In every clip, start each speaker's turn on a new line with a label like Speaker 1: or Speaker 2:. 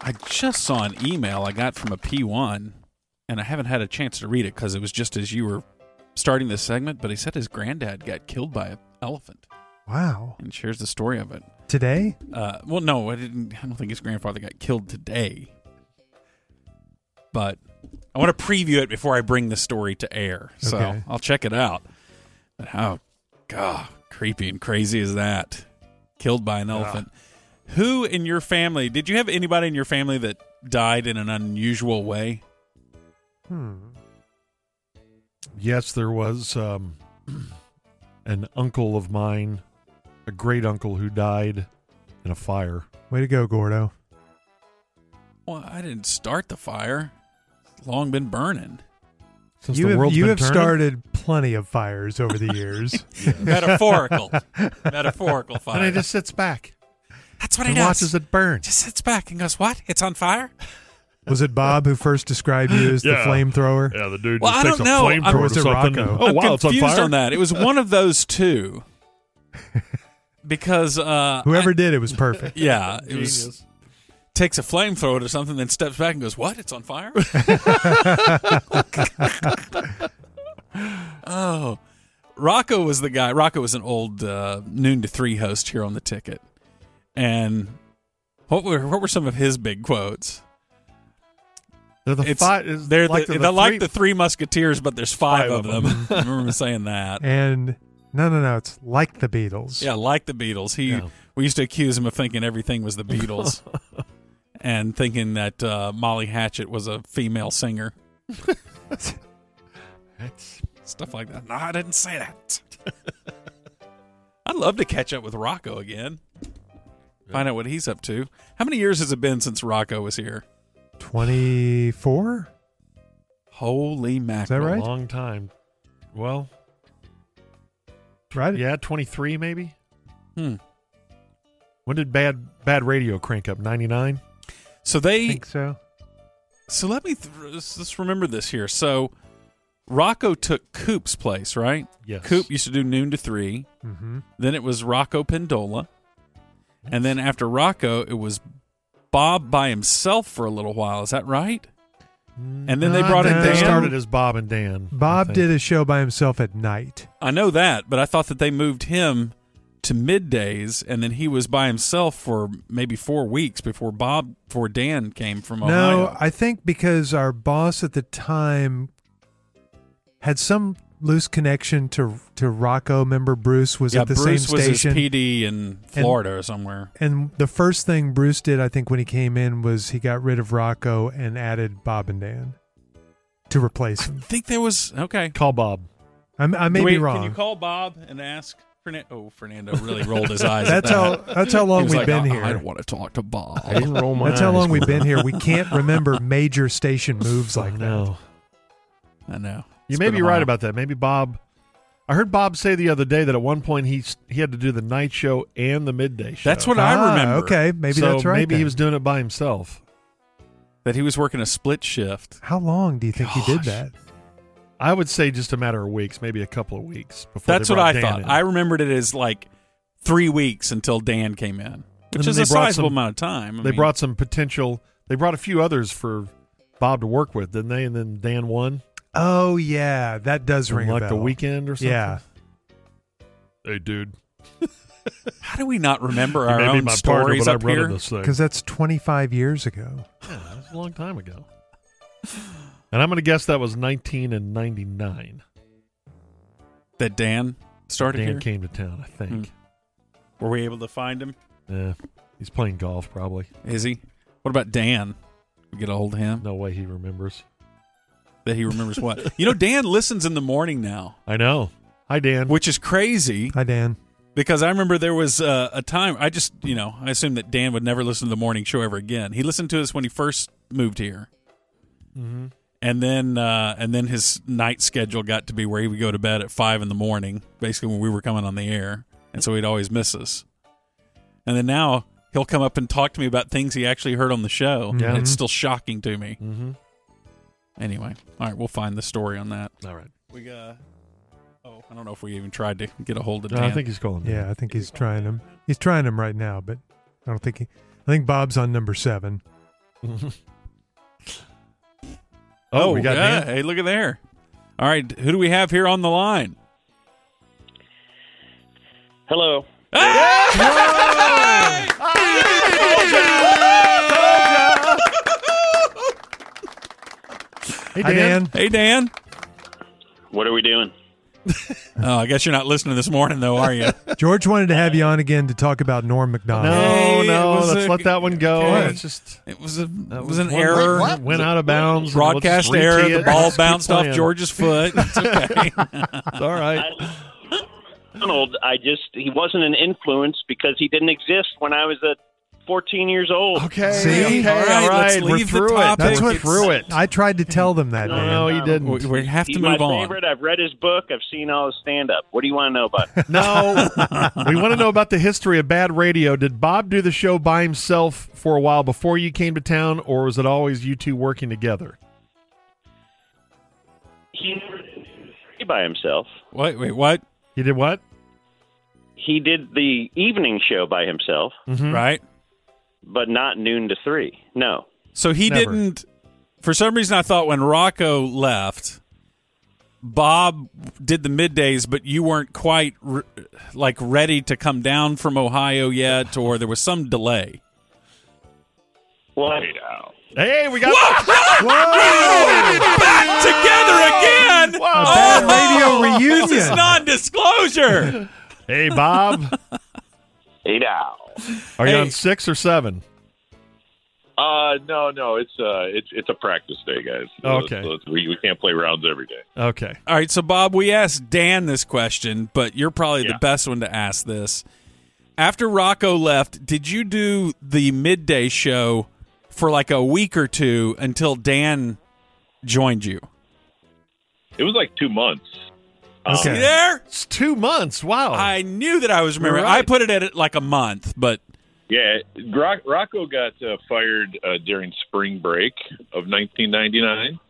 Speaker 1: I just saw an email I got from a P1, and I haven't had a chance to read it because it was just as you were starting this segment. But he said his granddad got killed by an elephant,
Speaker 2: Wow.
Speaker 1: and shares the story of it.
Speaker 2: Today?
Speaker 1: Uh, well, no, I didn't. I don't think his grandfather got killed today. But I want to preview it before I bring the story to air, so
Speaker 2: Okay.
Speaker 1: I'll check it out. But how, God, creepy and crazy is that? Killed by an elephant. Who in your family? Did you have anybody in your family that died in an unusual way?
Speaker 2: Hmm.
Speaker 3: Yes, there was um, an uncle of mine, a great uncle who died in a fire.
Speaker 2: Way to go, Gordo.
Speaker 1: Well, I didn't start the fire. It's long been burning.
Speaker 3: Since
Speaker 2: you
Speaker 3: the
Speaker 2: have,
Speaker 3: world's
Speaker 2: you
Speaker 3: been
Speaker 2: have
Speaker 3: turning,
Speaker 2: started plenty of fires over the years.
Speaker 1: Metaphorical, metaphorical
Speaker 3: and
Speaker 1: fire.
Speaker 3: he just sits back
Speaker 1: That's what he
Speaker 3: and
Speaker 1: does.
Speaker 3: watches it burn.
Speaker 1: Just sits back and goes, "What? It's on fire."
Speaker 2: Was it Bob who first described you as
Speaker 3: Yeah.
Speaker 2: the flamethrower?
Speaker 3: Yeah, the dude
Speaker 1: Well, I don't know. I'm-
Speaker 2: Or was it Rocco?
Speaker 3: Oh
Speaker 1: I'm
Speaker 3: wow, it's on
Speaker 1: confused
Speaker 3: fire.
Speaker 1: on that. It was one of those two. Because uh,
Speaker 2: Whoever
Speaker 1: I-
Speaker 2: did it was perfect.
Speaker 1: yeah, it was takes a flamethrower to something, then steps back and goes, "What? It's on fire!" oh, Rocco was the guy. Rocco was an old uh, noon to three host here on the ticket, and what were what were some of his big quotes?
Speaker 3: They're the
Speaker 1: It's-
Speaker 3: fi- it's
Speaker 1: They're
Speaker 3: like
Speaker 1: the,
Speaker 3: the,
Speaker 1: they're like
Speaker 3: three-
Speaker 1: the Three Musketeers, but there's five, of
Speaker 3: Five of
Speaker 1: them. I remember him saying that.
Speaker 2: And no, no, no. It's like the Beatles.
Speaker 1: Yeah, like the Beatles. He
Speaker 3: Yeah.
Speaker 1: we used to accuse him of thinking everything was the Beatles, and thinking that uh, Molly Hatchet was a female singer,
Speaker 3: That's-
Speaker 1: stuff like that. No, I didn't say that. I'd love to catch up with Rocco again. Find out what he's up to. How many years has it been since Rocco was here?
Speaker 2: 24?
Speaker 1: Holy mackerel!
Speaker 2: that right?
Speaker 3: a long time. Well,
Speaker 2: Right?
Speaker 3: yeah, twenty three maybe.
Speaker 1: Hmm.
Speaker 3: When did bad bad radio crank up? Ninety nine.
Speaker 1: So
Speaker 2: I
Speaker 1: they
Speaker 2: think so.
Speaker 1: So let me th- let's, let's remember this here. So Rocco took Coop's place, right?
Speaker 3: Yes.
Speaker 1: Coop used to do noon to three.
Speaker 2: Mm-hmm.
Speaker 1: Then it was Rocco Pendola. And then after Rocco, it was Bob by himself for a little while. Is that right? And then they
Speaker 2: Mm,
Speaker 3: No, I
Speaker 1: brought in
Speaker 3: think They
Speaker 1: Dan.
Speaker 3: started as Bob and Dan. I
Speaker 2: Bob
Speaker 3: think.
Speaker 2: did a show by himself at night.
Speaker 1: I know that, but I thought that they moved him to middays and then he was by himself for maybe four weeks before Bob, before Dan came from Ohio.
Speaker 2: No, I think because our boss at the time had some loose connection to to Rocco member Bruce was
Speaker 1: yeah,
Speaker 2: at the
Speaker 1: Bruce
Speaker 2: same
Speaker 1: was
Speaker 2: station.
Speaker 1: his PD in Florida or somewhere.
Speaker 2: and the first thing Bruce did, I think, when he came in was he got rid of Rocco and added Bob and Dan to replace
Speaker 1: I
Speaker 2: him.
Speaker 1: think there was okay.
Speaker 3: Call Bob.
Speaker 2: I'm, I may
Speaker 1: Wait,
Speaker 2: be wrong.
Speaker 1: Can you call Bob and ask? Fernan- oh, Fernando really rolled his eyes. at
Speaker 2: that's
Speaker 1: that.
Speaker 2: how that's how long
Speaker 1: He was
Speaker 2: we've
Speaker 1: like,
Speaker 2: been
Speaker 1: "I-
Speaker 2: here.
Speaker 1: I don't want to talk to Bob.
Speaker 4: I didn't roll my
Speaker 2: that's how
Speaker 4: eyes.
Speaker 2: long we've been here. We can't remember major station moves
Speaker 1: Oh,
Speaker 2: like that.
Speaker 3: No,
Speaker 1: I know.
Speaker 3: you
Speaker 1: It's
Speaker 3: may
Speaker 1: been
Speaker 3: be
Speaker 1: a
Speaker 3: right
Speaker 1: while.
Speaker 3: about that. Maybe Bob. I heard Bob say the other day that at one point he s- he had to do the night show and the midday show.
Speaker 1: That's what I
Speaker 2: Ah,
Speaker 1: remember.
Speaker 2: Okay, maybe
Speaker 3: So
Speaker 2: that's right.
Speaker 3: Maybe he
Speaker 2: then.
Speaker 3: was doing it by himself.
Speaker 1: That he was working a split shift.
Speaker 2: How long do you think he did
Speaker 1: Gosh.
Speaker 2: that?
Speaker 3: I would say just a matter of weeks, maybe a couple of weeks. Before
Speaker 1: That's
Speaker 3: they
Speaker 1: what
Speaker 3: brought
Speaker 1: I
Speaker 3: Dan
Speaker 1: thought.
Speaker 3: in.
Speaker 1: I remembered it as like three weeks until Dan came in, which
Speaker 3: then
Speaker 1: is
Speaker 3: they
Speaker 1: a
Speaker 3: brought
Speaker 1: sizable
Speaker 3: some-
Speaker 1: amount of time. I
Speaker 3: they
Speaker 1: mean,
Speaker 3: brought some potential. They brought a few others for Bob to work with, didn't they? And then Dan won,
Speaker 2: Oh yeah, that does
Speaker 3: from
Speaker 2: ring
Speaker 3: like
Speaker 2: a
Speaker 3: the
Speaker 2: bell.
Speaker 3: weekend or something.
Speaker 2: Yeah,
Speaker 3: Hey, dude,
Speaker 1: How do we not remember
Speaker 3: you
Speaker 1: our
Speaker 3: may be
Speaker 1: own
Speaker 3: my partner,
Speaker 1: stories
Speaker 3: but
Speaker 1: up
Speaker 3: I'm running
Speaker 1: here?
Speaker 3: this thing.
Speaker 2: because that's 25 years ago.
Speaker 3: Yeah, that was a long time ago. And I'm going to guess that was 19 and 99.
Speaker 1: That Dan started
Speaker 3: Dan
Speaker 1: here.
Speaker 3: came to town, I think.
Speaker 1: Were we able to find him?
Speaker 3: Yeah, he's playing golf probably.
Speaker 1: Is he? What about Dan? We get a hold of him.
Speaker 3: No way he remembers.
Speaker 1: That he remembers what? you know, Dan listens in the morning now,
Speaker 3: I know. Hi, Dan.
Speaker 1: which is crazy.
Speaker 2: Hi Dan.
Speaker 1: because I remember there was uh, a time I just you know I assumed that Dan would never listen to the morning show ever again. He listened to us when he first moved here,
Speaker 3: Mm-hmm.
Speaker 1: and then uh, and then his night schedule got to be where he would go to bed at five in the morning, basically when we were coming on the air, and so he'd always miss us. And then now he'll come up and talk to me about things he actually heard on the show.
Speaker 2: Yeah.
Speaker 1: and it's still shocking to me.
Speaker 3: Mm-hmm.
Speaker 1: Anyway, all right, we'll find the story on that.
Speaker 3: All right.
Speaker 1: We got. Oh, I don't know if we even tried to get a hold of
Speaker 3: No,
Speaker 1: Dan.
Speaker 3: I think he's calling. Dan.
Speaker 2: Yeah, I think he's trying him. He's trying him right now, but I don't think he. I think Bob's on number seven.
Speaker 3: oh,
Speaker 1: Oh,
Speaker 3: we got
Speaker 1: yeah.
Speaker 3: Dan.
Speaker 1: Hey, look at there. All right, who do we have here on the line?
Speaker 4: Hello.
Speaker 3: Hey,
Speaker 2: Hi, Dan.
Speaker 1: Hey, Dan.
Speaker 4: What are we doing?
Speaker 1: Oh, I guess you're not listening this morning, though, are you?
Speaker 2: George wanted to have you on again to talk about Norm
Speaker 3: No,
Speaker 2: McDonald.
Speaker 1: Hey, it
Speaker 3: no,
Speaker 1: was
Speaker 3: let's
Speaker 1: a-
Speaker 3: let that one go.
Speaker 1: okay.
Speaker 3: It's just
Speaker 1: It was a
Speaker 3: that
Speaker 1: it was an
Speaker 3: one-
Speaker 1: error.
Speaker 5: Wait, what?
Speaker 3: Went out of bounds. and we'll just
Speaker 1: Broadcast error.
Speaker 3: retee
Speaker 1: The
Speaker 3: it.
Speaker 1: ball
Speaker 3: Just keep
Speaker 1: bounced off
Speaker 3: playing.
Speaker 1: George's foot. It's okay.
Speaker 3: It's all right.
Speaker 4: Donald, I just, he wasn't an influence because he didn't exist when I was a 14 years old.
Speaker 3: Okay.
Speaker 2: See?
Speaker 3: Okay,
Speaker 1: All right, let's
Speaker 3: We're
Speaker 1: leave the
Speaker 3: through it.
Speaker 1: topic.
Speaker 2: That's
Speaker 3: We're
Speaker 2: what-
Speaker 3: through it.
Speaker 2: I tried to tell them that,
Speaker 4: No,
Speaker 2: Dan.
Speaker 3: no, he didn't.
Speaker 1: we, we have to
Speaker 4: He's
Speaker 1: move
Speaker 4: my
Speaker 1: on.
Speaker 4: favorite. I've read his book. I've seen all his stand up. What do you want to know about? it?
Speaker 3: No, we want to know about the history of bad radio. Did Bob do the show by himself for a while before you came to town, or was it always you two working together?
Speaker 4: he never did it by himself.
Speaker 1: Wait, wait, what?
Speaker 3: You did what?
Speaker 4: He did the evening show by himself,
Speaker 6: Hmm.
Speaker 3: Mm-hmm.
Speaker 1: Right.
Speaker 4: but not noon to three. No.
Speaker 1: So he
Speaker 3: Never.
Speaker 1: didn't. For some reason, I thought when Rocco left, Bob did the middays, but you weren't quite re- like ready to come down from Ohio yet, or there was some delay.
Speaker 4: Well,
Speaker 3: Hey, we got
Speaker 1: Back together again. Oh,
Speaker 3: Whoa!
Speaker 2: Bad radio
Speaker 1: This is
Speaker 2: reunion.
Speaker 1: non-disclosure.
Speaker 3: Hey, Bob,
Speaker 4: eight hours.
Speaker 3: are you
Speaker 1: Hey.
Speaker 3: on six or seven?
Speaker 6: Uh, no, no, it's uh, it's it's a practice day, guys.
Speaker 3: Okay.
Speaker 6: So it's- we, we can't play rounds every day.
Speaker 3: Okay.
Speaker 1: All right, so Bob, we asked Dan this question, but you're probably the
Speaker 6: Yeah.
Speaker 1: best one to ask this. After Rocco left, did you do the midday show for like a week or two until Dan joined you?
Speaker 6: It was like two months.
Speaker 1: See
Speaker 2: Okay.
Speaker 1: there?
Speaker 3: It's two months. Wow.
Speaker 1: I knew that I was remembering.
Speaker 3: You're right.
Speaker 1: I put it at like a month, but
Speaker 6: Yeah, Rock, Rocco got uh, fired uh, during spring break of 1999,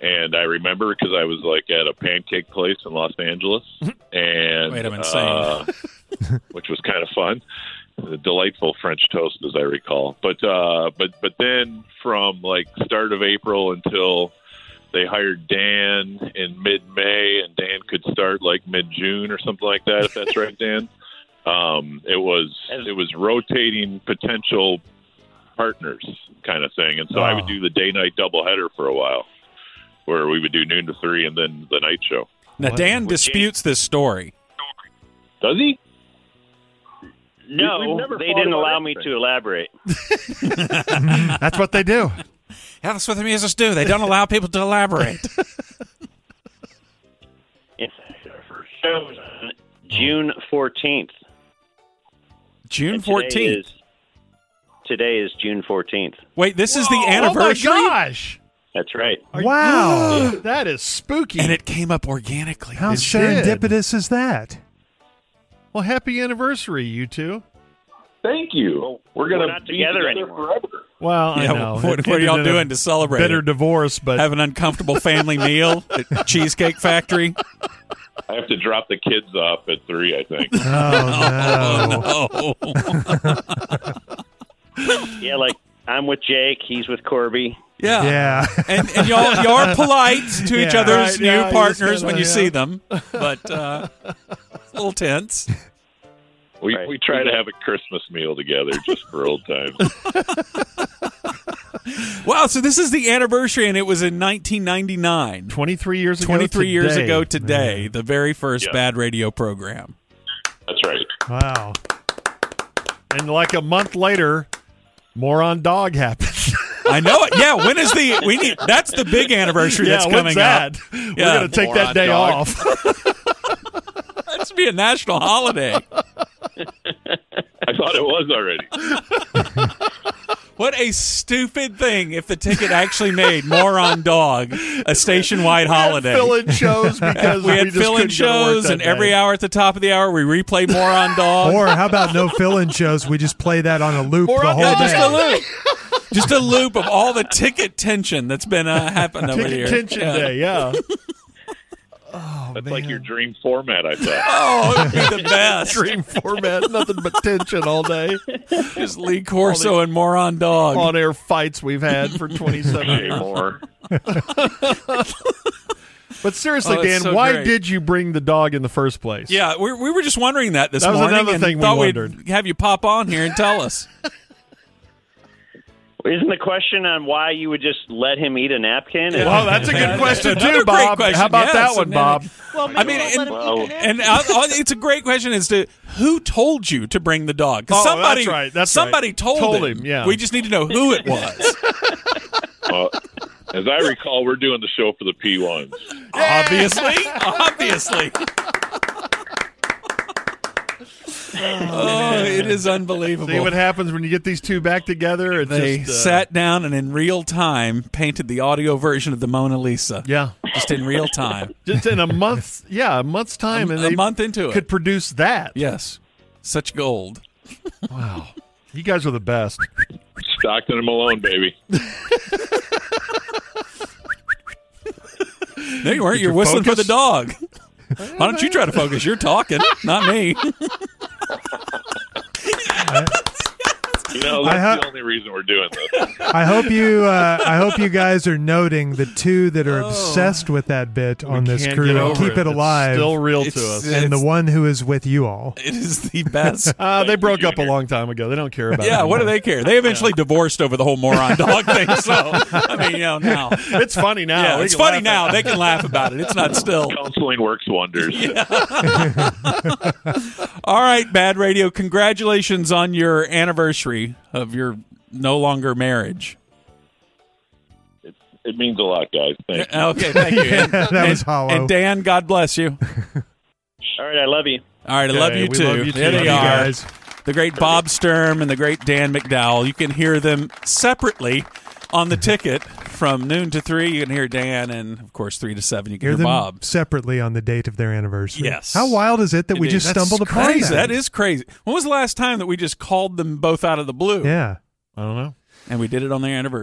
Speaker 6: and I remember because I was like at a pancake place in Los Angeles, and
Speaker 1: Wait, I'm insane.
Speaker 6: uh, which was kind of fun. A delightful French toast, as I recall. But uh, but but then from like start of April until they hired Dan in mid May, and Dan could start like mid June or something like that. If that's right, Dan. Um, it was it was rotating potential partners kind of thing, and so I
Speaker 3: Wow.
Speaker 6: would do the day night doubleheader for a while, where we would do noon to three and then the night show.
Speaker 1: now
Speaker 3: What?
Speaker 1: Dan disputes this story.
Speaker 6: Does he? We- we've
Speaker 4: No,
Speaker 6: never
Speaker 4: they
Speaker 6: fought
Speaker 4: didn't
Speaker 6: about
Speaker 4: allow me
Speaker 6: anything.
Speaker 4: to elaborate.
Speaker 3: That's what they do.
Speaker 1: Yeah, that's what the musicians do. They don't allow people to elaborate.
Speaker 4: In fact, our first show was on June 14th.
Speaker 1: June
Speaker 4: And today
Speaker 1: 14th.
Speaker 4: is- Today is June 14th.
Speaker 1: Wait, this is the anniversary?
Speaker 3: Oh my gosh.
Speaker 4: That's right.
Speaker 2: Wow.
Speaker 3: that is spooky.
Speaker 1: And it came up organically.
Speaker 2: How
Speaker 3: It did.
Speaker 2: serendipitous is that?
Speaker 3: well, happy anniversary, you two.
Speaker 6: Thank you. we're gonna
Speaker 4: we're not
Speaker 6: be
Speaker 4: together
Speaker 6: together,
Speaker 4: anymore.
Speaker 6: forever.
Speaker 3: Well,
Speaker 1: Yeah,
Speaker 3: I know.
Speaker 1: what-
Speaker 3: It
Speaker 1: what are y'all
Speaker 3: ended in a
Speaker 1: doing to celebrate
Speaker 3: Bitter
Speaker 1: it?
Speaker 3: divorce, but
Speaker 1: have an uncomfortable family meal at Cheesecake Factory.
Speaker 6: I have to drop the kids off at three. I think.
Speaker 2: Oh, no.
Speaker 1: Oh,
Speaker 4: Yeah, like I'm with Jake, he's with Corby.
Speaker 1: yeah.
Speaker 2: yeah.
Speaker 1: And, and y'all, y'all are polite to each
Speaker 2: Yeah.
Speaker 1: other's
Speaker 3: Right,
Speaker 1: new
Speaker 3: yeah, you
Speaker 1: partners
Speaker 3: just
Speaker 1: when you
Speaker 3: gotta-
Speaker 1: see them, but uh, it's a little tense.
Speaker 6: We
Speaker 4: Right.
Speaker 6: we try to have a Christmas meal together just for old times.
Speaker 1: Wow, so this is the anniversary, and it was in 1999,
Speaker 3: 23 years ago
Speaker 1: 23 years
Speaker 3: today.
Speaker 1: ago today, the very first
Speaker 6: Yeah.
Speaker 1: bad radio program.
Speaker 6: That's right.
Speaker 2: Wow.
Speaker 3: And like a month later, Moron Dog happens.
Speaker 1: I know it. Yeah, when is the we need? That's the big anniversary that's
Speaker 3: when's
Speaker 1: coming
Speaker 3: that?
Speaker 1: up.
Speaker 3: We're
Speaker 1: Yeah.
Speaker 3: going to take
Speaker 5: Moron
Speaker 3: that day
Speaker 5: Dog.
Speaker 3: off.
Speaker 1: That should be a national holiday.
Speaker 6: I thought it was already.
Speaker 1: What a stupid thing if the ticket actually made Moron Dog a station wide holiday.
Speaker 3: Fill in shows because
Speaker 1: we had
Speaker 3: just
Speaker 1: fill in
Speaker 3: couldn't go to work
Speaker 1: shows,
Speaker 3: that
Speaker 1: and every
Speaker 3: day.
Speaker 1: hour at the top of the hour, we replay Moron Dog.
Speaker 2: Or how about no fill-in shows? We just play that on a loop
Speaker 3: Or
Speaker 2: the
Speaker 3: on-
Speaker 2: whole
Speaker 1: Yeah,
Speaker 2: day.
Speaker 1: just a loop. Just a loop of all the ticket tension that's been uh, happening over
Speaker 3: Ticket
Speaker 1: here.
Speaker 3: tension
Speaker 1: Yeah.
Speaker 3: day, yeah.
Speaker 2: Oh,
Speaker 6: That's
Speaker 2: man.
Speaker 6: like your dream format, I thought.
Speaker 1: Oh, it would be the best.
Speaker 3: Dream format, nothing but tension all day.
Speaker 1: Just Lee Corso and Moron Dog.
Speaker 3: On air fights we've had for 27
Speaker 6: Jay
Speaker 3: years.
Speaker 6: Moore.
Speaker 3: But seriously,
Speaker 1: Oh, it's
Speaker 3: Dan,
Speaker 1: so
Speaker 3: why
Speaker 1: great.
Speaker 3: did you bring the dog in the first place?
Speaker 1: Yeah, we, we were just wondering that this
Speaker 3: That was
Speaker 1: morning.
Speaker 3: another
Speaker 1: and
Speaker 3: thing we
Speaker 1: thought we'd
Speaker 3: wondered.
Speaker 1: have you pop on here and tell us.
Speaker 4: Isn't the question on why you would just let him eat a napkin?
Speaker 3: Well, that's a good question
Speaker 1: Another
Speaker 3: too,
Speaker 1: great
Speaker 3: Bob.
Speaker 1: question,
Speaker 3: How about
Speaker 1: yes,
Speaker 3: that one,
Speaker 1: and-
Speaker 3: Bob?
Speaker 5: Well,
Speaker 1: I
Speaker 5: maybe
Speaker 1: mean,
Speaker 5: we'll let him eat
Speaker 1: and-
Speaker 6: Wow.
Speaker 5: the napkin.
Speaker 1: And I, I, it's a great question as to who told you to bring the dog. 'Cause
Speaker 3: Oh, that's
Speaker 1: somebody,
Speaker 3: right, that's right.
Speaker 1: somebody told,
Speaker 3: Told
Speaker 1: him.
Speaker 3: him, yeah.
Speaker 1: We just need to know who it was.
Speaker 6: Well, as I recall, we're doing the show for the P1s.
Speaker 1: obviously, obviously. oh, it is unbelievable.
Speaker 3: See what happens when you get these two back together. It's
Speaker 1: they
Speaker 3: just, uh,
Speaker 1: sat down and in real time painted the audio version of the Mona Lisa.
Speaker 3: Yeah,
Speaker 1: Just in real time.
Speaker 3: just in a month. Yeah, a month's time, and
Speaker 1: a
Speaker 3: they
Speaker 1: month into it.
Speaker 3: could produce that.
Speaker 1: yes. Such gold.
Speaker 3: Wow, you guys are the best.
Speaker 6: Stockton and Malone, baby.
Speaker 1: No, you weren't. You're whistling for the dog. Why don't you try to focus? You're talking, not me.
Speaker 6: You know,
Speaker 2: I
Speaker 6: that's
Speaker 2: ha-
Speaker 6: the only reason we're doing this.
Speaker 2: I hope you. Uh, I hope you guys are noting the two that are obsessed with that bit on this
Speaker 3: Can't
Speaker 2: crew.
Speaker 3: get over
Speaker 2: Keep it,
Speaker 3: It's
Speaker 2: alive,
Speaker 3: still real to
Speaker 1: It's-
Speaker 3: us.
Speaker 2: and the one who is with you all.
Speaker 1: It is the best.
Speaker 3: Uh, they broke up a
Speaker 6: Junior.
Speaker 3: long time ago. They don't care about. it
Speaker 1: Yeah, what do
Speaker 3: anymore.
Speaker 1: they care? They eventually divorced over the whole moron dog thing. So I mean, you know, now
Speaker 3: It's funny now.
Speaker 1: yeah,
Speaker 3: We
Speaker 1: it's
Speaker 3: can
Speaker 1: funny
Speaker 3: laugh at
Speaker 1: now.
Speaker 3: it.
Speaker 1: They can laugh about it. It's not still.
Speaker 6: Counseling works wonders.
Speaker 1: All right, Bad Radio. Congratulations on your anniversary of your no longer marriage.
Speaker 6: It means a lot, guys. Thank you.
Speaker 1: Uh, Okay, thank you. And,
Speaker 2: That
Speaker 1: and-
Speaker 2: was hollow.
Speaker 1: And Dan, God bless you.
Speaker 4: All right, I love you.
Speaker 1: All right, I
Speaker 3: Okay,
Speaker 1: love you
Speaker 3: we
Speaker 1: too.
Speaker 3: love you
Speaker 1: there
Speaker 3: too.
Speaker 1: they
Speaker 3: Love you
Speaker 1: are.
Speaker 3: guys.
Speaker 1: The great Bob Sturm and the great Dan McDowell. You can hear them separately on the ticket from noon to three. You can hear Dan, and of course, three to seven. You can
Speaker 2: Hear
Speaker 1: hear,
Speaker 2: them
Speaker 1: Bob.
Speaker 2: separately on the date of their anniversary.
Speaker 1: Yes.
Speaker 2: How wild is it that we
Speaker 1: It
Speaker 2: just
Speaker 1: is.
Speaker 2: stumbled
Speaker 1: That's
Speaker 2: upon
Speaker 1: crazy.
Speaker 2: that?
Speaker 1: That is crazy. When was the last time that we just called them both out of the blue?
Speaker 2: Yeah.
Speaker 3: I don't know.
Speaker 1: And we did it on their anniversary.